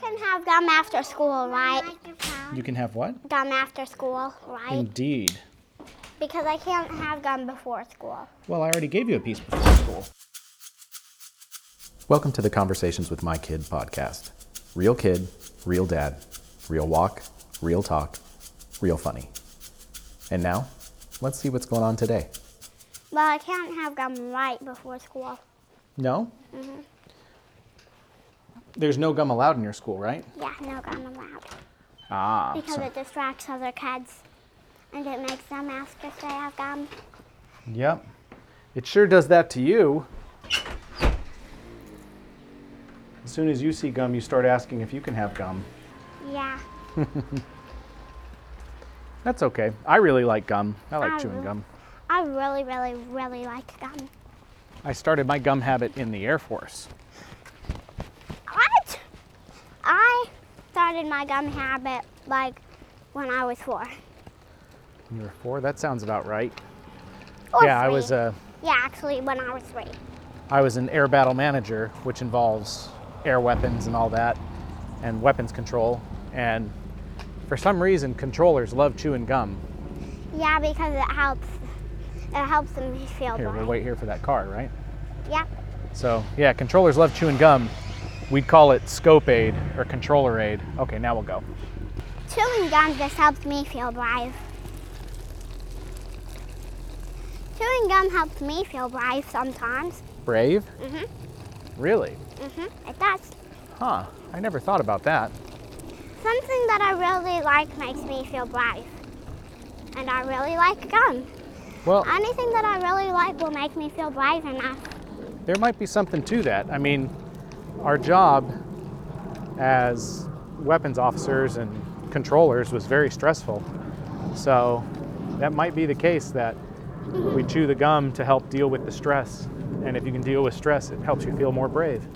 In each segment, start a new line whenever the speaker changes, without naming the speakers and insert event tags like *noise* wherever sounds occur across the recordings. can have gum after school, right?
You can have what?
Gum after school, right?
Mm. Indeed.
Because I can't have gum before school.
Well, I already gave you a piece before school.
Welcome to the Conversations with My Kid podcast. Real kid, real dad, real walk, real talk, real funny. And now, let's see what's going on today.
Well, I can't have gum right before school.
No? There's no gum allowed in your school, right?
Yeah, no gum allowed.
Ah.
Because
so-
it distracts other kids. And it makes them ask if they have gum.
Yep. It sure does that to you. As soon as you see gum, you start asking if you can have gum.
Yeah.
That's okay. I really like gum. I like
I
chewing
really-
gum.
I really, really, really like gum.
I started my gum habit in the Air Force.
What? I started my gum habit like when I was four.
You were four? That sounds about right.
Or
yeah, I was uh,
three.
a,
Yeah, actually, when I was three.
I was an air battle manager, which involves air weapons and all that, and weapons control. And for some reason, controllers love chewing gum.
Yeah, because it helps. It helps them feel
Here,
bright.
we'll wait here for that car, right?
Yep.
So yeah, controllers love chewing gum. We'd call it scope aid or controller aid. Okay, now we'll go.
Chewing gum just helps me feel brave. Chewing gum helps me feel brave sometimes.
Brave?
Mhm.
Really?
Mhm. It does.
Huh. I never thought about that.
Something that I really like makes me feel brave. And I really like gum.
Well,
Anything that I really like will make me feel brave enough.
there might be something to that. I mean, our job as weapons officers and controllers was very stressful. So that might be the case that we chew the gum to help deal with the stress. And if you can deal with stress, it helps you feel more brave.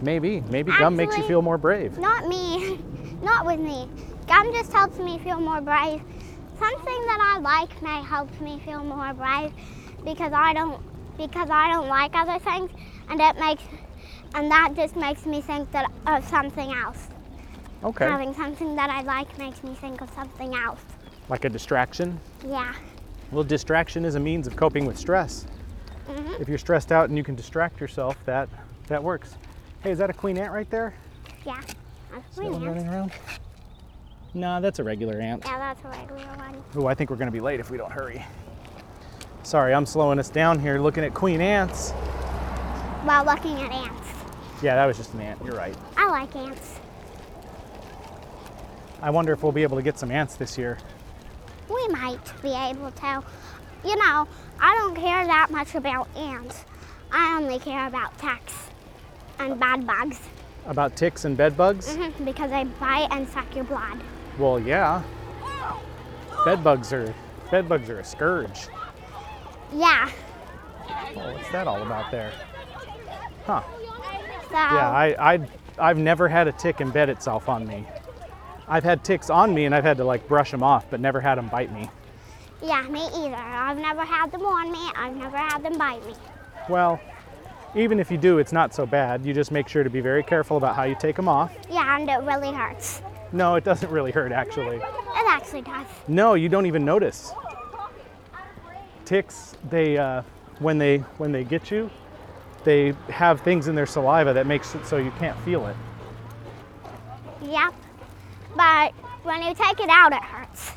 Maybe. Maybe gum makes you
Actually-
feel more brave.
Not me. *laughs* Not with me. Gum just helps me feel more brave. Something that I like may help me feel more brave because I don't because I don't like other things and it makes and that just makes me think that of something else.
Okay.
Having something that I like makes me think of something else.
Like a distraction.
Yeah.
Well, distraction is a means of coping with stress.
Mhm.
If you're stressed out and you can distract yourself, that that works. Hey, is that a queen ant right there?
Yeah. That's
Is that one
brilliant.
running around? *laughs* Nah, that's a regular ant.
Yeah, that's a regular one.
Oh, I think we're gonna be late if we don't hurry. Sorry, I'm slowing us down here looking at queen ants.
While looking at ants.
Yeah, that was just an ant. You're right.
I like ants.
I wonder if we'll be able to get some ants this year.
We might be able to. You know, I don't care that much about ants. I only care about ticks and bad bugs *laughs*
About ticks and bed bugs?
Mhm, because they bite and suck your blood.
Well, yeah. Bed bugs are bed bugs are a scourge.
Yeah.
Oh, what's that all about there? Huh.
So
Yeah, I, I, I've never had a tick embed itself on me. I've had ticks on me and I've had to like brush them off, but never had them bite me.
yeah, me either. I've never had them on me. I've never had them bite me.
Well, even if you do, it's not so bad. You just make sure to be very careful about how you take them off.
Yeah, and it really hurts.
No, it doesn't really hurt actually.
It actually does.
No, you don't even notice. Ticks, they, uh, when they, when they get you, they have things in their saliva that makes it so you can't feel it.
Yep. But when you take it out, it hurts.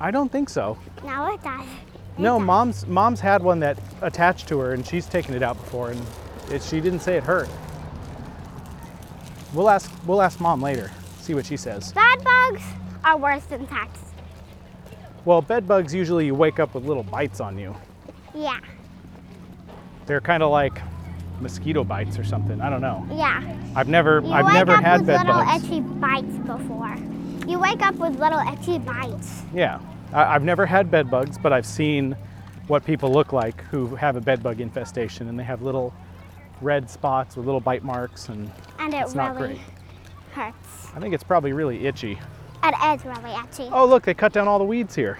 I don't think so.
No, it does.
No, mom's mom's had one that attached to her, and she's taken it out before, and it, she didn't say it hurt. We'll ask we'll ask mom later, see what she says.
Bad bugs are worse than ticks.
Well, bed bugs usually you wake up with little bites on you.
Yeah.
They're kind of like mosquito bites or something. I don't know.
Yeah.
I've never
You
I've
wake
never
up
had
with
bed
little
bugs.
itchy bites before. You wake up with little itchy bites.
Yeah, I, I've never had bed bugs, but I've seen what people look like who have a bed bug infestation, and they have little red spots with little bite marks, and
And it
It's not
really
great.
hurts.
I think it's probably really itchy.
It is really itchy.
Oh, look, they cut down all the weeds here.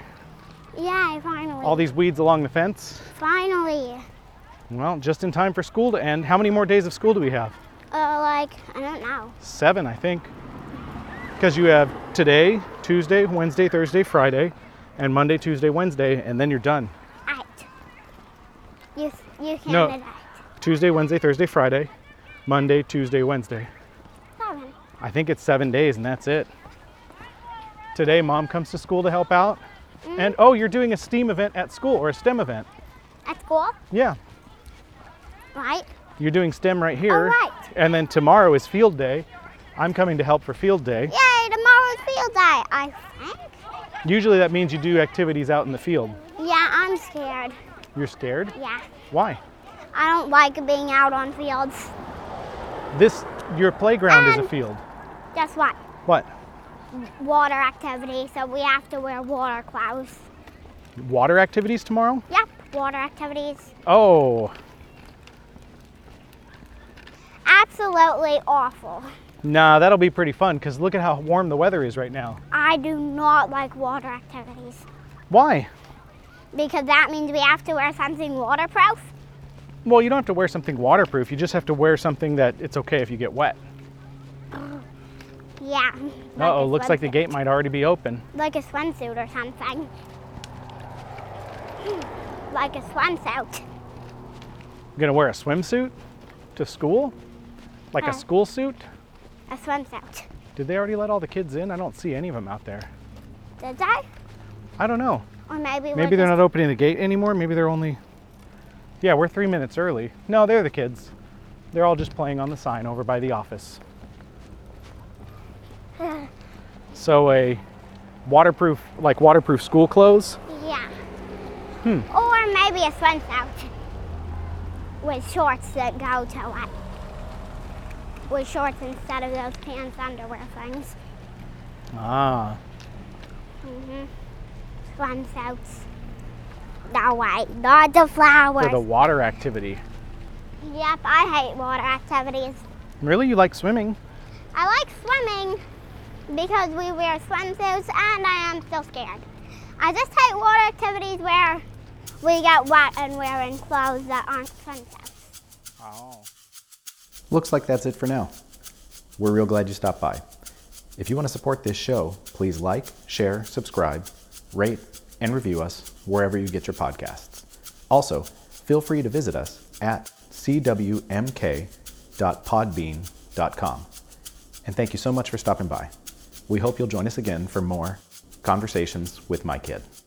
Yeah, finally.
All these weeds along the fence.
finally.
Well, just in time for school to end. How many more days of school do we have?
Uh, like, I don't know.
Seven, I think. Because you have today, Tuesday, Wednesday, Thursday, Friday, and Monday, Tuesday, Wednesday, and then you're done.
Eight. You, s- you can
No.
do that.
Tuesday, Wednesday, Thursday, Friday, Monday, Tuesday, Wednesday.
Seven.
I think it's seven days and that's it. Today, mom comes to school to help out. And oh, you're doing a STEAM event at school or a STEM event.
At school,
Yeah,
right?
you're doing STEM right here.
right.
And then tomorrow is field day. I'm coming to help for field day.
Yay, tomorrow's field day, I think.
Usually that means you do activities out in the field.
Yeah, I'm scared.
You're scared?
Yeah.
Why?
I don't like being out on fields.
This, your playground is a
Um,
field.
Guess what?
What?
Water activity, so we have to wear water clothes.
Water activities tomorrow?
Yep, water activities.
Oh,
Absolutely awful.
nah, that'll be pretty fun because look at how warm the weather is right now.
I do not like water activities
Why?
because that means we have to wear something waterproof.
Well, you don't have to wear something waterproof. You just have to wear something that it's okay if you get wet.
Yeah. like
Uh
a
oh, looks like the
swimsuit-
gate might already be open.
Like a swimsuit or something. Like a swimsuit.
You're gonna wear a swimsuit to school? Like
Uh.
a school suit?
A swimsuit.
Did they already let all the kids in? I don't see any of them out there.
Did they?
I don't know.
Or maybe we're
Maybe they're
just-
not opening the gate anymore. Maybe they're only. Yeah, we're three minutes early. No, they're the kids. They're all just playing on the sign over by the office.
*laughs*
So a waterproof, like waterproof school clothes.
Yeah.
Hmm.
Or maybe a swimsuit with shorts that go to it. With shorts instead of those pants underwear things.
Ah,
Mm-hmm. Swimsuits. No way, not the flowers.
for the water activity.
Yep, I hate water activities.
Really, you like swimming?
I like swimming because we wear swimsuits and I am still scared. I just hate water activities where we get wet and wearing clothes that aren't swimsuits.
Oh.
Looks like that's it for now. We're real glad you stopped by. If you want to support this show, please like, share, subscribe, rate, and review us wherever you get your podcasts. Also, feel free to visit us at cwmk.podbean.com. And thank you so much for stopping by. We hope you'll join us again for more conversations with my kid.